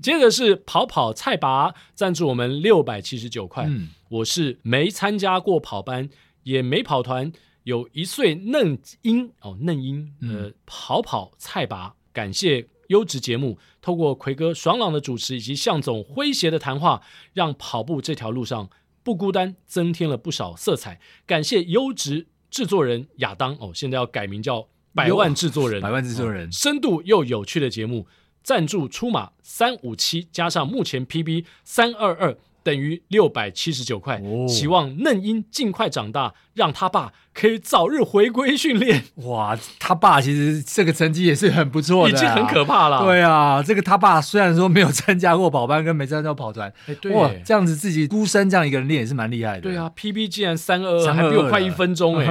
[SPEAKER 1] 接着是跑跑菜拔赞助我们六百七十九块，
[SPEAKER 4] 嗯，
[SPEAKER 1] 我是没参加过跑班，也没跑团，有一岁嫩婴哦，嫩婴，呃，
[SPEAKER 4] 嗯
[SPEAKER 1] 跑跑菜拔，感谢优质节目，透过奎哥爽朗的主持以及向总诙谐的谈话，让跑步这条路上不孤单，增添了不少色彩。感谢优质制作人亚当哦，现在要改名叫百万制作人，
[SPEAKER 4] 百万制作人
[SPEAKER 1] 深度又有趣的节目，赞助出马三五七加上目前 PB 三二二等于六百七十九块。
[SPEAKER 4] 哦
[SPEAKER 1] 希望嫩英尽快长大，让他爸可以早日回归训 练，
[SPEAKER 4] 哇，他爸其实这个成绩也是很不错
[SPEAKER 1] 已
[SPEAKER 4] 的啊、
[SPEAKER 1] 经很可怕了。
[SPEAKER 4] 对啊，这个他爸虽然说没有参加过跑班跟没参加过跑团，
[SPEAKER 1] 哎对
[SPEAKER 4] 哇，这样子自己孤身这样一个人练也是蛮厉害的。
[SPEAKER 1] 对啊，PB 竟然三二二，
[SPEAKER 4] 322
[SPEAKER 1] 还比我快一分钟 哎、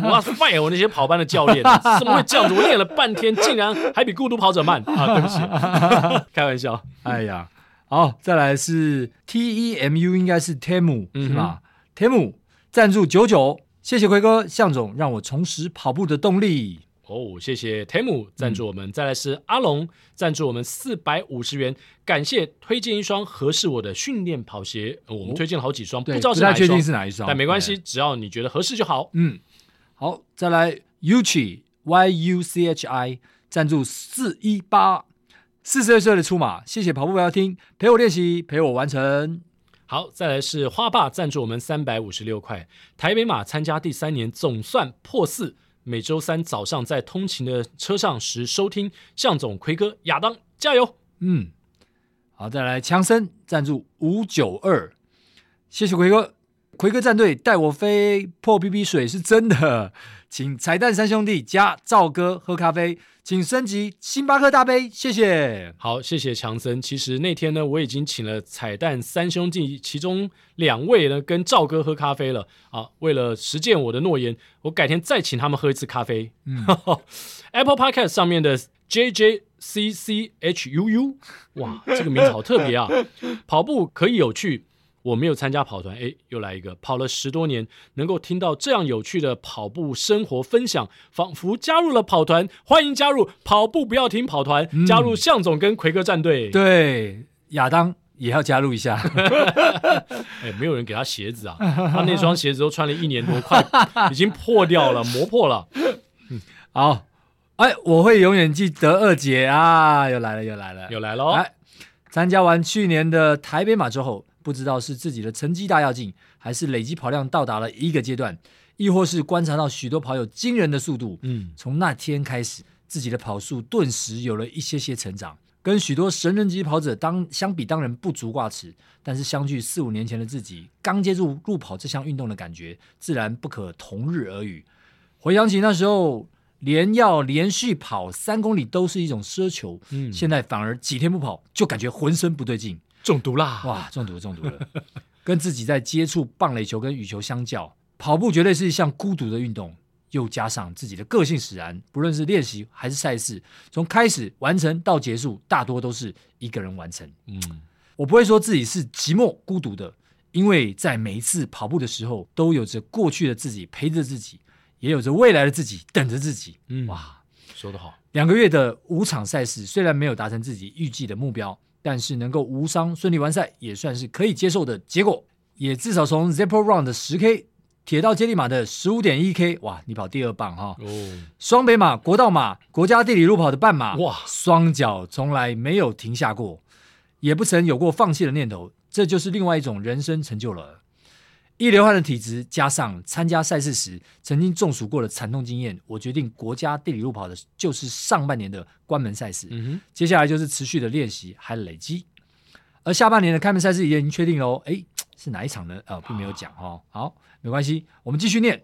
[SPEAKER 1] 我要 fire 我那些跑班的教练，怎么会这样子？我练了半天，竟然还比孤独跑者慢啊！对不 起，开玩笑。
[SPEAKER 4] 哎呀，好，再来是 T E M U，应该是 Temu、
[SPEAKER 1] 嗯哼
[SPEAKER 4] 是吧？Temu 赞助九九，谢谢奎哥、向总，让我重拾跑步的动力。
[SPEAKER 1] 哦，谢谢 Tem 赞
[SPEAKER 4] 嗯
[SPEAKER 1] 助我们，再来是阿龙赞助我们四百五十元，感谢推荐一双合适我的训练跑鞋，呃我们推荐了好几双，
[SPEAKER 4] 哦对
[SPEAKER 1] 知道
[SPEAKER 4] 不
[SPEAKER 1] 是哪
[SPEAKER 4] 太
[SPEAKER 1] 一
[SPEAKER 4] 确
[SPEAKER 1] 双，
[SPEAKER 4] 定是哪一双，哎
[SPEAKER 1] 但没关系，
[SPEAKER 4] 对。
[SPEAKER 1] 只要你觉得合适就好。
[SPEAKER 4] 嗯，好，再来 Uchi Y U C H I 赞助四一八，四十二岁的出马，谢谢跑步不要听，陪我练习，陪我完成。
[SPEAKER 1] 好，再来是花爸赞助我们三百五十六块，台北马参加第三年总算破四，每周三早上在通勤的车上时收听向总、奎哥、亚当加油。
[SPEAKER 4] 嗯，好，再来强森赞助五九二，谢谢奎哥，奎哥战队带我飞破 BB 水是真的，请彩蛋三兄弟加赵哥喝咖啡，请升级星巴克大杯，谢谢。
[SPEAKER 1] 好，谢谢强森。其实那天呢，我已经请了彩蛋三兄弟，其中两位呢跟赵哥喝咖啡了啊。为了实践我的诺言，我改天再请他们喝一次咖啡。嗯 ，Apple Podcast 上面的 J J C C H U U，哇，这个名字好特别 啊！跑步可以有趣。我没有参加跑团，诶，又来一个跑了十多年，能够听到这样有趣的跑步生活分享，仿佛加入了跑团。欢迎加入跑步不要停跑团，加入向总跟奎哥战队。，
[SPEAKER 4] 嗯对，亚当也要加入一下，
[SPEAKER 1] 哎，没有人给他鞋子啊，他那双鞋子都穿了一年多， 快已经破掉了，磨破了。
[SPEAKER 4] 好，哎，我会永远记得二姐啊，又来了，又来了，
[SPEAKER 1] 有来喽，
[SPEAKER 4] 哎，参加完去年的台北马之后，不知道是自己的成绩大跃进，还是累积跑量到达了一个阶段，亦或是观察到许多跑友惊人的速度。
[SPEAKER 1] 嗯，
[SPEAKER 4] 从那天开始，自己的跑速顿时有了一些些成长，跟许多神人级跑者当相比，当然不足挂齿。但是相距四五年前的自己，刚接触路跑这项运动的感觉，自然不可同日而语。回想起那时候，连要连续跑三公里都是一种奢求，
[SPEAKER 1] 嗯
[SPEAKER 4] 现在反而几天不跑就感觉浑身不对劲，
[SPEAKER 1] 中毒啦！
[SPEAKER 4] 哇，中毒了中毒了。 跟自己在接触棒垒球跟羽球相较，跑步绝对是一项孤独的运动。又加上自己的个性使然，不论是练习还是赛事，从开始完成到结束，大多都是一个人完成。
[SPEAKER 1] 嗯，
[SPEAKER 4] 我不会说自己是寂寞孤独的，因为在每一次跑步的时候，都有着过去的自己陪着自己，也有着未来的自己等着自己。
[SPEAKER 1] 嗯
[SPEAKER 4] 哇，
[SPEAKER 1] 说得好，
[SPEAKER 4] 两个月的五场赛事虽然没有达成自己预计的目标，但是能够无伤顺利完赛，也算是可以接受的结果。也至少从 Zippo Run 的十 K、铁道接力马的十五点一 K，哇，你跑第二棒哈、
[SPEAKER 1] 哦，
[SPEAKER 4] 双北马、国道马、国家地理路跑的半马，
[SPEAKER 1] 哇
[SPEAKER 4] 哇，双脚从来没有停下过，也不曾有过放弃的念头。这就是另外一种人生成就了。一流汗的体质加上参加赛事时曾经中暑过的惨痛经验，我决定国家地理路跑的就是上半年的关门赛事。
[SPEAKER 1] 嗯
[SPEAKER 4] 接下来就是持续的练习还有累积。而下半年的开门赛事也已经确定喽，诶，是哪一场呢？啊、并没有讲哦。好，没关系，我们继续念。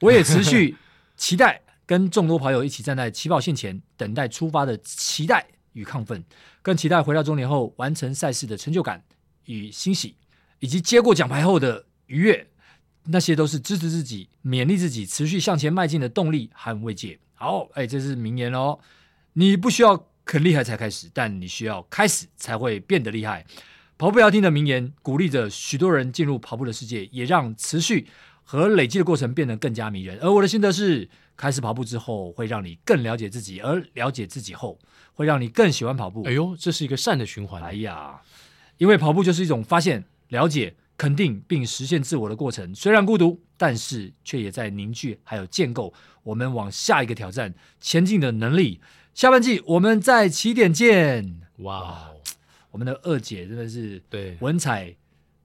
[SPEAKER 4] 我也持续期待跟众多跑友一起站在起跑线前，等待出发的期待与亢奋，更期待回到终点后完成赛事的成就感与欣喜，以及接过奖牌后的愉悦。那些都是支持自己、勉励自己持续向前迈进的动力和慰藉。好，哎，这是名言哦。你不需要很厉害才开始，但你需要开始才会变得厉害。跑步要听的名言鼓励着许多人进入跑步的世界，也让持续和累积的过程变得更加迷人。而我的心得是，开始跑步之后，会让你更了解自己，而了解自己后，会让你更喜欢跑步。
[SPEAKER 1] 哼，哎呦，这是一个善的循环。
[SPEAKER 4] 哎呀，因为跑步就是一种发现、了解、肯定并实现自我的过程。虽然孤独，但是却也在凝聚还有建构我们往下一个挑战前进的能力。下半季我们在起点见。
[SPEAKER 1] 哇哦，
[SPEAKER 4] 我们的二姐真的是
[SPEAKER 1] 对，
[SPEAKER 4] 文采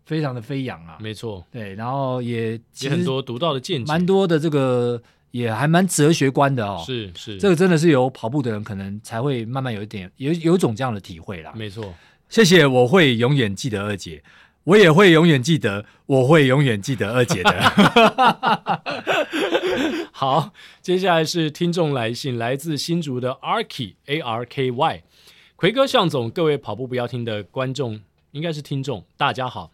[SPEAKER 4] 非常的飞扬啊，
[SPEAKER 1] 没错，
[SPEAKER 4] 对，然后也
[SPEAKER 1] 嗯
[SPEAKER 4] 其
[SPEAKER 1] 也
[SPEAKER 4] 实
[SPEAKER 1] 很多独到的见解，
[SPEAKER 4] 蛮多的这个也还蛮哲学观的哦。
[SPEAKER 1] 是是，
[SPEAKER 4] 这个真的是有跑步的人可能才会慢慢有一点有有一种这样的体会啦。
[SPEAKER 1] 没错，
[SPEAKER 4] 谢谢，我会永远记得二姐，我也会永远记得，我会永远记得二姐 的。
[SPEAKER 1] 好，接下来是听众来信，来自新竹的 Arky A R K Y，奎哥向总，各位跑步不要听的观众，应该是听众，大家好。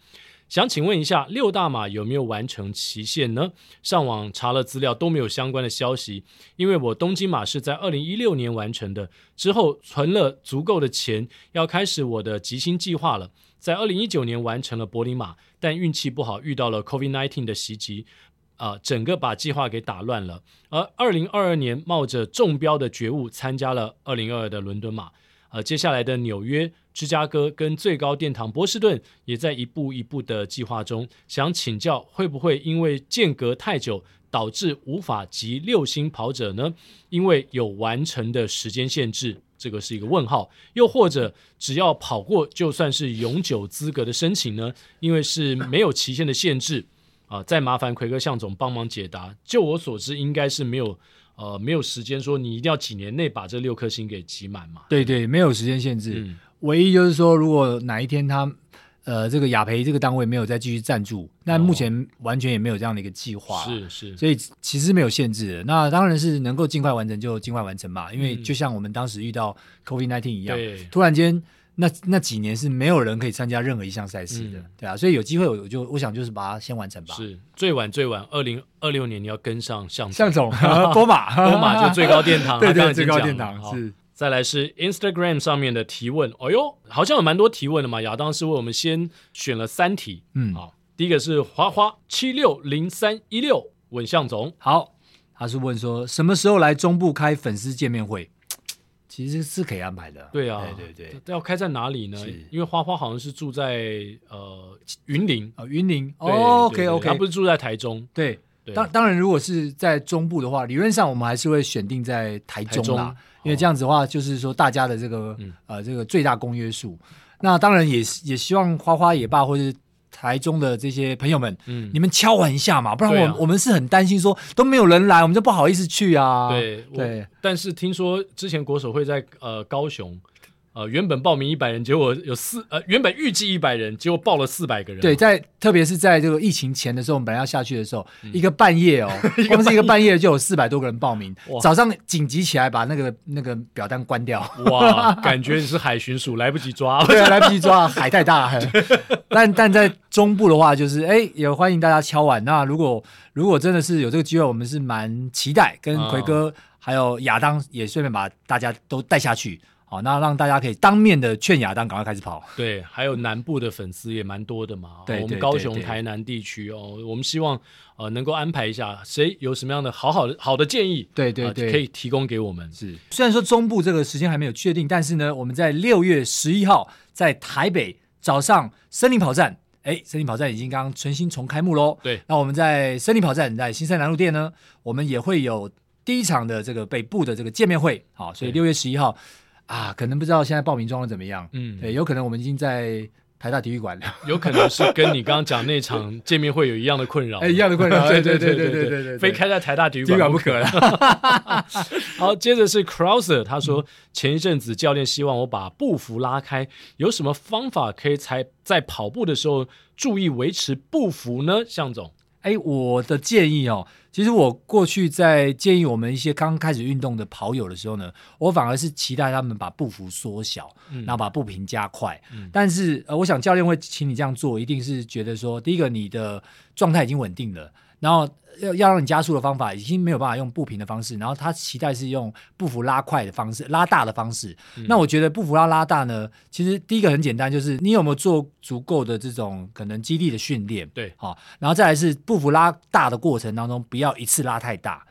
[SPEAKER 1] 想请问一下，六大马有没有完成期限呢？上网查了资料都没有相关的消息，因为我东京马是在二零一六年完成的，之后存了足够的钱，要开始我的极星计划了。在二零一九年完成了柏林马，但运气不好遇到了 COVID-19 的袭击，啊、整个把计划给打乱了。而二零二二年冒着中标的觉悟参加了二零二二的伦敦马，呃，接下来的纽约、芝加哥跟最高殿堂波士顿也在一步一步的计划中。想请教，会不会因为间隔太久导致无法及六星跑者呢？因为有完成的时间限制，这个是一个问号。又或者只要跑过，就算是永久资格的申请呢？因为是没有期限的限制。啊、再麻烦奎哥向总帮忙解答。就我所知，应该是没有呃没有时间说你一定要几年内把这六颗星给集满嘛。
[SPEAKER 4] 对对，没有时间限制，
[SPEAKER 1] 嗯
[SPEAKER 4] 唯一就是说，如果哪一天他呃这个雅培这个单位没有再继续赞助，那目前完全也没有这样的一个计划，，
[SPEAKER 1] 哦是是，
[SPEAKER 4] 所以其实没有限制的。那当然是能够尽快完成就尽快完成嘛，因为
[SPEAKER 1] 嗯
[SPEAKER 4] 就像我们当时遇到 COVID 1 9一样，
[SPEAKER 1] 对
[SPEAKER 4] 突然间。那那几年是没有人可以参加任何一项赛事的，
[SPEAKER 1] 嗯
[SPEAKER 4] 对啊，所以有机会我就我想就是把它先完成吧。
[SPEAKER 1] 是最晚最晚二零二六年你要跟上向
[SPEAKER 4] 向总，波马，
[SPEAKER 1] 罗马就最高殿堂，啊
[SPEAKER 4] 对
[SPEAKER 1] 他刚才
[SPEAKER 4] 对，
[SPEAKER 1] 已经
[SPEAKER 4] 最高
[SPEAKER 1] 讲
[SPEAKER 4] 殿
[SPEAKER 1] 了
[SPEAKER 4] 堂。
[SPEAKER 1] 好
[SPEAKER 4] 是
[SPEAKER 1] 再来是 Instagram 上面的提问，哎呦，好像有蛮多提问的嘛。亚当是为我们先选了三题，
[SPEAKER 4] 嗯
[SPEAKER 1] 好，第一个是花花七六零三一六问向总，
[SPEAKER 4] 好，他是问说什么时候来中部开粉丝见面会？其实是可以安排的，
[SPEAKER 1] 对啊，
[SPEAKER 4] 对对对，
[SPEAKER 1] 这要开在哪里呢
[SPEAKER 4] 是？
[SPEAKER 1] 因为花花好像是住在呃云林
[SPEAKER 4] 哦，云林
[SPEAKER 1] 对
[SPEAKER 4] 哦
[SPEAKER 1] 对
[SPEAKER 4] ，OK
[SPEAKER 1] 对他
[SPEAKER 4] OK，
[SPEAKER 1] 不是住在台中，
[SPEAKER 4] 对，
[SPEAKER 1] 对，
[SPEAKER 4] 当当然如果是在中部的话，理论上我们还是会选定在台
[SPEAKER 1] 台
[SPEAKER 4] 中
[SPEAKER 1] 中
[SPEAKER 4] 啦，因为这样子的话，就是说大家的这个
[SPEAKER 1] 嗯
[SPEAKER 4] 呃这个最大公约数。那当然也是也希望花花也罢，或是台中的这些朋友们，
[SPEAKER 1] 嗯
[SPEAKER 4] 你们敲碗一下嘛，不然我
[SPEAKER 1] 对
[SPEAKER 4] 们、
[SPEAKER 1] 啊
[SPEAKER 4] 我们是很担心说都没有人来，我们就不好意思去啊。
[SPEAKER 1] 对我
[SPEAKER 4] 对，
[SPEAKER 1] 但是听说之前国手会在呃高雄，呃原本报名一百人，结果有四呃原本预计一百人，结果报了四百个人。
[SPEAKER 4] 对，在特别是在这个疫情前的时候，我们本来要下去的时候，
[SPEAKER 1] 嗯
[SPEAKER 4] 一个半 夜哦，光是一个半夜就有四百多个人报名
[SPEAKER 1] 哇，
[SPEAKER 4] 早上紧急起来把那个那个表单关掉，
[SPEAKER 1] 哇，感觉你是海巡署来不及抓。
[SPEAKER 4] 对 啊，来不及抓，海太大了。 但但在中部的话，就是哎，也欢迎大家敲碗。那如果如果真的是有这个机会，我们是蛮期待跟奎哥还有亚当也顺便把大家都带下去。好，那让大家可以当面的劝亚当赶快开始跑。
[SPEAKER 1] 对，还有南部的粉丝也蛮多的嘛，哦
[SPEAKER 4] 对
[SPEAKER 1] 我们
[SPEAKER 4] 对
[SPEAKER 1] 高
[SPEAKER 4] 对
[SPEAKER 1] 雄、
[SPEAKER 4] 对
[SPEAKER 1] 台南地区哦，我们希望呃能够安排一下，谁有什么样的好好的好的建议，
[SPEAKER 4] 对对
[SPEAKER 1] 呃
[SPEAKER 4] 对
[SPEAKER 1] 可以提供给我们。
[SPEAKER 4] 是，虽然说中部这个时间还没有确定，但是呢，我们在六月十一号在台北早上森林跑站，哎，森林跑站已经刚刚全新重开幕喽。
[SPEAKER 1] 对
[SPEAKER 4] 那我们在森林跑站在新山南路店呢，我们也会有第一场的这个北部的这个见面会。好，所以
[SPEAKER 1] 对
[SPEAKER 4] 六月十一号啊，可能不知道现在报名状况怎么样，
[SPEAKER 1] 嗯，
[SPEAKER 4] 对，有可能我们已经在台大体育馆。
[SPEAKER 1] 有可能是跟你刚刚讲那场见面会有一样的困扰，
[SPEAKER 4] 哎，一样的困 扰，
[SPEAKER 1] 对
[SPEAKER 4] 对
[SPEAKER 1] 对
[SPEAKER 4] 对
[SPEAKER 1] 对
[SPEAKER 4] 对对，
[SPEAKER 1] 非开在台大体育
[SPEAKER 4] 体育
[SPEAKER 1] 馆
[SPEAKER 4] 馆
[SPEAKER 1] 不
[SPEAKER 4] 不
[SPEAKER 1] 可。
[SPEAKER 4] 可了。 嗯
[SPEAKER 1] 好，接着是 Crosser，他说前一阵子教练希望我把步幅拉开，有什么方法可以才在跑步的时候注意维持步幅呢？向总，
[SPEAKER 4] 哎，我的建议哦，其实我过去在建议我们一些刚开始运动的跑友的时候呢，我反而是期待他们把步幅缩小，
[SPEAKER 1] 嗯
[SPEAKER 4] 然后把步频加快。
[SPEAKER 1] 嗯
[SPEAKER 4] 但是呃，我想教练会请你这样做，一定是觉得说，第一个你的状态已经稳定了，然后要要让你加速的方法已经没有办法用步频的方式，然后他期待是用步幅拉快的方式、拉大的方式。
[SPEAKER 1] 嗯
[SPEAKER 4] 那我觉得步幅要拉大呢，其实第一个很简单，就是你有没有做足够的这种可能肌力的训练？
[SPEAKER 1] 对
[SPEAKER 4] 好、然后再来是步幅拉大的过程当中，不要一次拉太大，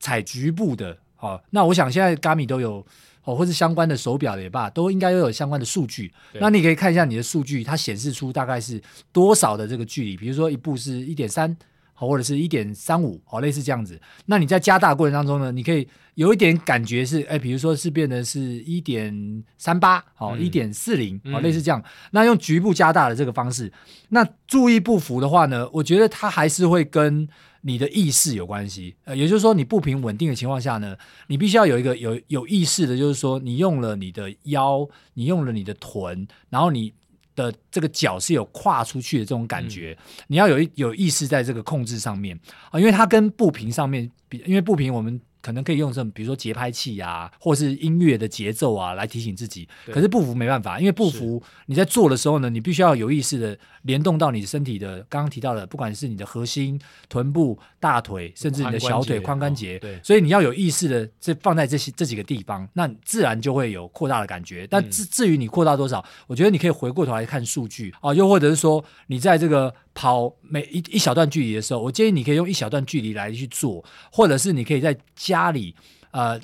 [SPEAKER 4] 踩局部的。好、那我想现在 Gami 都有哦，或是相关的手表的也罢，都应该都有相关的数据。
[SPEAKER 1] 对
[SPEAKER 4] 那你可以看一下你的数据，它显示出大概是多少的这个距离，比如说一步是一点三。好或者是一点三五，好，类似这样子。那你在加大过程当中呢，你可以有一点感觉是，哎，比如说是变得是一点三八，好，
[SPEAKER 1] 嗯
[SPEAKER 4] 一点四零，好，
[SPEAKER 1] 嗯
[SPEAKER 4] 类似这样。那用局部加大的这个方式，那注意不符的话呢，我觉得它还是会跟你的意识有关系。呃，也就是说，你步频稳定的情况下呢，你必须要有一个有有意识的，就是说你用了你的腰，你用了你的臀，然后你的这个脚是有跨出去的这种感觉，你要有一有意识在这个控制上面啊，因为它跟步频上面比，因为步频我们。可能可以用这种，比如说节拍器啊，或是音乐的节奏啊，来提醒自己。
[SPEAKER 1] 对
[SPEAKER 4] 可是步幅没办法，因为步
[SPEAKER 1] 是
[SPEAKER 4] 幅你在做的时候呢，你必须要有意识的联动到你身体的刚刚提到的，不管是你的核心、臀部、大腿，甚至你的小腿、髋
[SPEAKER 1] 髋
[SPEAKER 4] 关
[SPEAKER 1] 关
[SPEAKER 4] 节
[SPEAKER 1] 节，对
[SPEAKER 4] 所以你要有意识的这放在这些这几个地方，那你自然就会有扩大的感觉。但至至于你扩大多少，我觉得你可以回过头来看数据啊，又或者是说你在这个跑每一一小段距离的时候，我建议你可以用一小段距离来去做，或者是你可以在家里呃。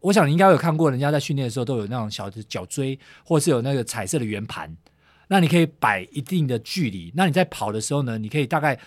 [SPEAKER 4] 我想你应该有看过，人家在训练的时候都有那种小的脚锥，或是有那个彩色的圆盘，那你可以摆一定的距离。那你在跑的时候呢，你可以大概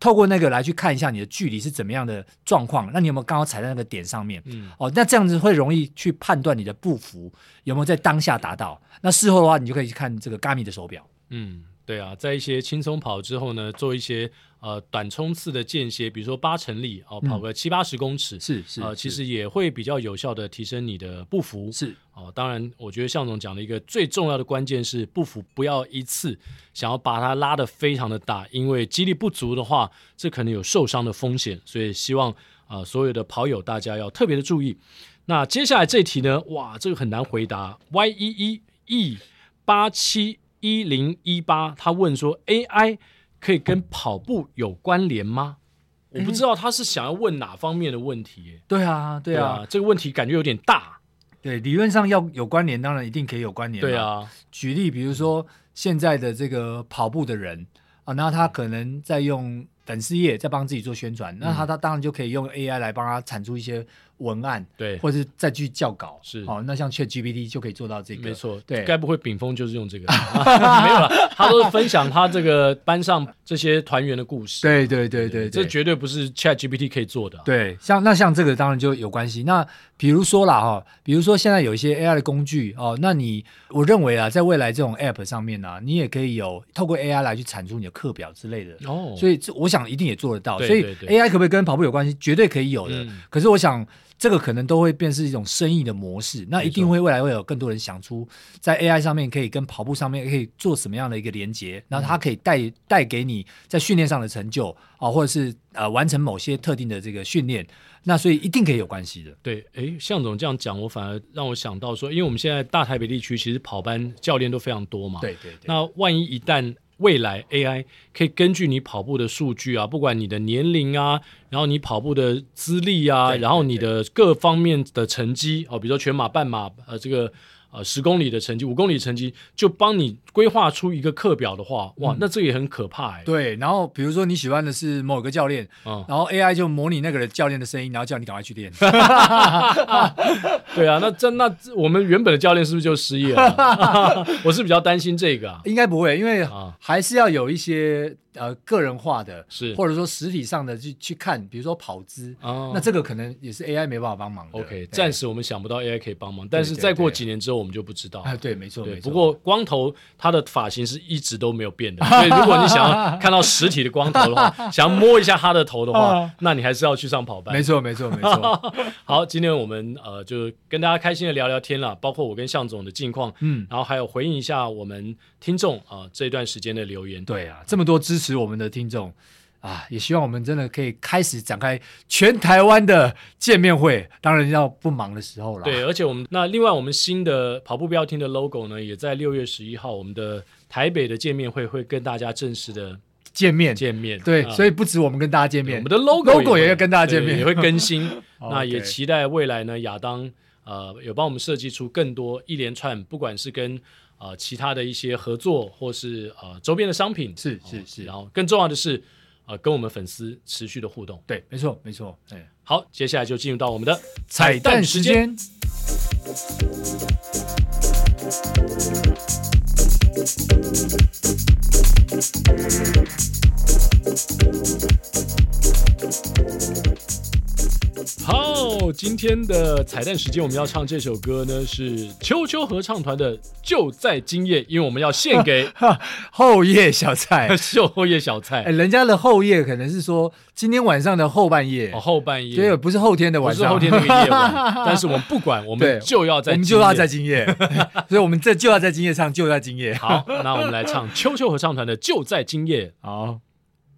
[SPEAKER 4] 透过那个来去看一下你的距离是怎么样的状况。那你有没有刚好踩在那个点上面？
[SPEAKER 1] 嗯，
[SPEAKER 4] 哦，那这样子会容易去判断你的步幅有没有在当下达到。那事后的话，你就可以去看这个 Gami 的手表。
[SPEAKER 1] 嗯，对啊，在一些轻松跑之后呢，做一些呃短冲刺的间歇，比如说八成力哦，
[SPEAKER 4] 嗯
[SPEAKER 1] 跑个七八十公尺，
[SPEAKER 4] 是是
[SPEAKER 1] 呃，其实也会比较有效的提升你的步幅。
[SPEAKER 4] 是
[SPEAKER 1] 哦，当然，我觉得向总讲的一个最重要的关键是步幅不要一次想要把它拉得非常的大，因为肌力不足的话，这可能有受伤的风险，所以希望啊、呃所有的跑友大家要特别的注意。那接下来这题呢，哇，这个很难回答。Y 一一 E 八七一零一八，他问说 AI 可以跟跑步有关联吗？我不知道他是想要问哪方面的问题耶、
[SPEAKER 4] 对啊，对啊，
[SPEAKER 1] 这个问题感觉有点大。
[SPEAKER 4] 对，理论上要有关联，当然一定可以有关联。
[SPEAKER 1] 对，啊，
[SPEAKER 4] 举例，比如说现在的这个跑步的人啊，那他可能在用粉丝页在帮自己做宣
[SPEAKER 1] 嗯
[SPEAKER 4] 传，那他他当然就可以用 AI 来帮他产出一些文案，
[SPEAKER 1] 对，
[SPEAKER 4] 或者是再去校稿。
[SPEAKER 1] 是
[SPEAKER 4] 哦，那像 ChatGPT 就可以做到这个。
[SPEAKER 1] 没，错，
[SPEAKER 4] 对
[SPEAKER 1] 该不会炳峰就是用这个？ 没有了，他都是分享他这个班上这些团员的故事。
[SPEAKER 4] 对对对对
[SPEAKER 1] 这
[SPEAKER 4] 对。
[SPEAKER 1] 绝对不是 Chat GPT 可以做的啊、
[SPEAKER 4] 对，像那像这个当然就有关系。那比如说啦哈、比如说现在有一些 AI 的工具哦，那你我认为啊，在未来这种 App 上面呢、你也可以有透过 AI 来去产出你的课表之类的。
[SPEAKER 1] 哦，
[SPEAKER 4] 所以这我想一定也做得到。
[SPEAKER 1] 对
[SPEAKER 4] 所以
[SPEAKER 1] 对对
[SPEAKER 4] AI 可不可以跟跑步有关系？绝对可以有的。
[SPEAKER 1] 嗯
[SPEAKER 4] 可是我想这个可能都会变是一种生意的模式，那一定会未来会有更多人想出在 AI 上面可以跟跑步上面可以做什么样的一个连
[SPEAKER 1] 嗯
[SPEAKER 4] 接，然后它可以带带给你在训练上的成就啊，或者是呃完成某些特定的这个训练，那所以一定可以有关系的。
[SPEAKER 1] 对，哎，向总这样讲，我反而让我想到说，因为我们现在大台北地区其实跑班教练都非常多嘛。。
[SPEAKER 4] 对对对，
[SPEAKER 1] 那万一一旦未来 AI 可以根据你跑步的数据啊，不管你的年龄啊，然后你跑步的资历啊，
[SPEAKER 4] 对
[SPEAKER 1] 然后你的各方面的成绩哦，比如说全马、半马，呃，这个呃十公里的成绩、五公里的成绩，就帮你规划出一个课表的话，哇，那这个也很可怕哎、
[SPEAKER 4] 嗯对，然后比如说你喜欢的是某个教练，
[SPEAKER 1] 嗯
[SPEAKER 4] 然后 AI 就模拟那个人教练的声音，然后叫你赶快去练。
[SPEAKER 1] 对啊，那这那我们原本的教练是不是就失
[SPEAKER 4] 哎
[SPEAKER 1] 业了？我是比较担心这个啊。
[SPEAKER 4] 应该不会，因为
[SPEAKER 1] 啊
[SPEAKER 4] 还是要有一些呃个人化的，
[SPEAKER 1] 是
[SPEAKER 4] 或者说实体上的去去看，比如说跑姿，
[SPEAKER 1] 哦
[SPEAKER 4] 那这个可能也是 AI 没办法帮忙的。
[SPEAKER 1] OK，
[SPEAKER 4] 对
[SPEAKER 1] 暂时我们想不到 AI 可以帮忙，但是
[SPEAKER 4] 对
[SPEAKER 1] 再过
[SPEAKER 4] 对
[SPEAKER 1] 几年之后我们就不知道了。
[SPEAKER 4] 啊，对，没错，
[SPEAKER 1] 对，
[SPEAKER 4] 没错。
[SPEAKER 1] 不过光头他的发型是一直都没有变 的，所以如果你想要看到实体的光头的话，想要摸一下他的头的话
[SPEAKER 4] 啊，
[SPEAKER 1] 那你还是要去上跑班。
[SPEAKER 4] 没错，没错，没错。
[SPEAKER 1] 好，今天我们呃就跟大家开心的聊聊天了，包括我跟向总的近况，
[SPEAKER 4] 嗯，
[SPEAKER 1] 然后还有回应一下我们听众啊、呃这段时间的留言。
[SPEAKER 4] 对啊，这么多支持我们的听众啊，也希望我们真的可以开始展开全台湾的见面会，当然要不忙的时候了。
[SPEAKER 1] 对，而且我们那另外我们新的跑步标厅的 logo 呢，也在六月十一号我们的台北的见面会会跟大家正式的
[SPEAKER 4] 见面，
[SPEAKER 1] 见面。
[SPEAKER 4] 对，
[SPEAKER 1] 啊
[SPEAKER 4] 所以不止我们跟大家见
[SPEAKER 1] 对
[SPEAKER 4] 面，
[SPEAKER 1] 我们的 logo
[SPEAKER 4] logo 也
[SPEAKER 1] 会
[SPEAKER 4] 要跟大家见面
[SPEAKER 1] 对也会更 新。
[SPEAKER 4] 哦
[SPEAKER 1] 那也
[SPEAKER 4] OK
[SPEAKER 1] 期待未来呢，亚当呃有帮我们设计出更多一连串，不管是跟呃其他的一些合作，或是呃周边的商品，
[SPEAKER 4] 是
[SPEAKER 1] 哦
[SPEAKER 4] 是是
[SPEAKER 1] 然后更重要的是，呃，跟我们粉丝持续的互动。
[SPEAKER 4] 对，没错，没错。哎，
[SPEAKER 1] 好，接下来就进入到我们的
[SPEAKER 4] 彩蛋时。间，
[SPEAKER 1] 好，今天的彩蛋时间，我们要唱这首歌呢是秋秋合唱团的《就在今夜》，因为我们要献 给哦
[SPEAKER 4] 哈，后夜小 菜。
[SPEAKER 1] 秀叶小菜。
[SPEAKER 4] 哎，人家的后夜可能是说今天晚上的后半夜，
[SPEAKER 1] 哦，后半夜，
[SPEAKER 4] 所以不是后天的
[SPEAKER 1] 不
[SPEAKER 4] 晚
[SPEAKER 1] 是
[SPEAKER 4] 上，
[SPEAKER 1] 后天 那个夜晚， 但是我们不管，我们
[SPEAKER 4] 对
[SPEAKER 1] 就要在
[SPEAKER 4] 我
[SPEAKER 1] 今夜，
[SPEAKER 4] 们就要在今夜， 所以我们这就要在今夜唱，就在今夜。
[SPEAKER 1] 好，那我们来唱秋秋合唱团的《就在今夜》，
[SPEAKER 4] 好，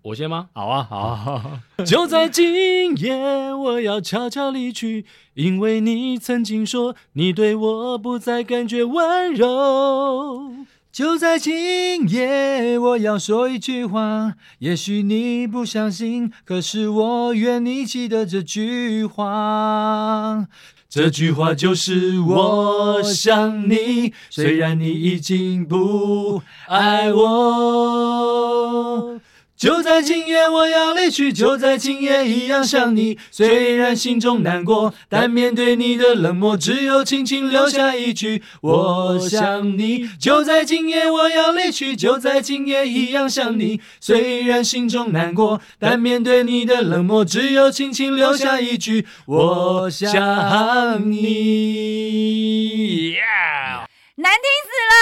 [SPEAKER 1] 我先吗？
[SPEAKER 4] 好啊，好啊好啊，
[SPEAKER 1] 就在今夜，我要悄悄离去，因为你曾经说你对我不再感觉温柔。
[SPEAKER 4] 就在今夜，我要说一句话，也许你不相信，可是我愿你记得这句话。
[SPEAKER 1] 这句话就是我想你，虽然你已
[SPEAKER 4] 经不
[SPEAKER 1] 爱
[SPEAKER 4] 我。就在今夜，我要离去；就在今夜，一样想你。虽然心中难过，但面对你的冷漠，只有轻轻留下一句“我想你”。就在今夜，我要离去；就在今夜，一样想你。虽然心中难过，但面对你的冷漠，只有轻轻留下一句“我想你”。
[SPEAKER 3] 难听死了。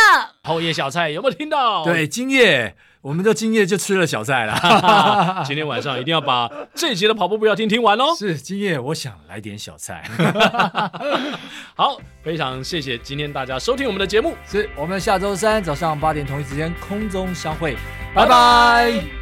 [SPEAKER 1] 后夜小菜有没有听到？
[SPEAKER 4] 对，今夜我们就今夜就吃了小菜了。
[SPEAKER 1] 哈，啊今天晚上一定要把这一集的跑步不要听听完哦。
[SPEAKER 4] 是今夜，我想来点小菜。
[SPEAKER 1] 好，非常谢谢今天大家收听我们的节目。
[SPEAKER 4] 是我们下周三早上八点同一时间空中相会，拜拜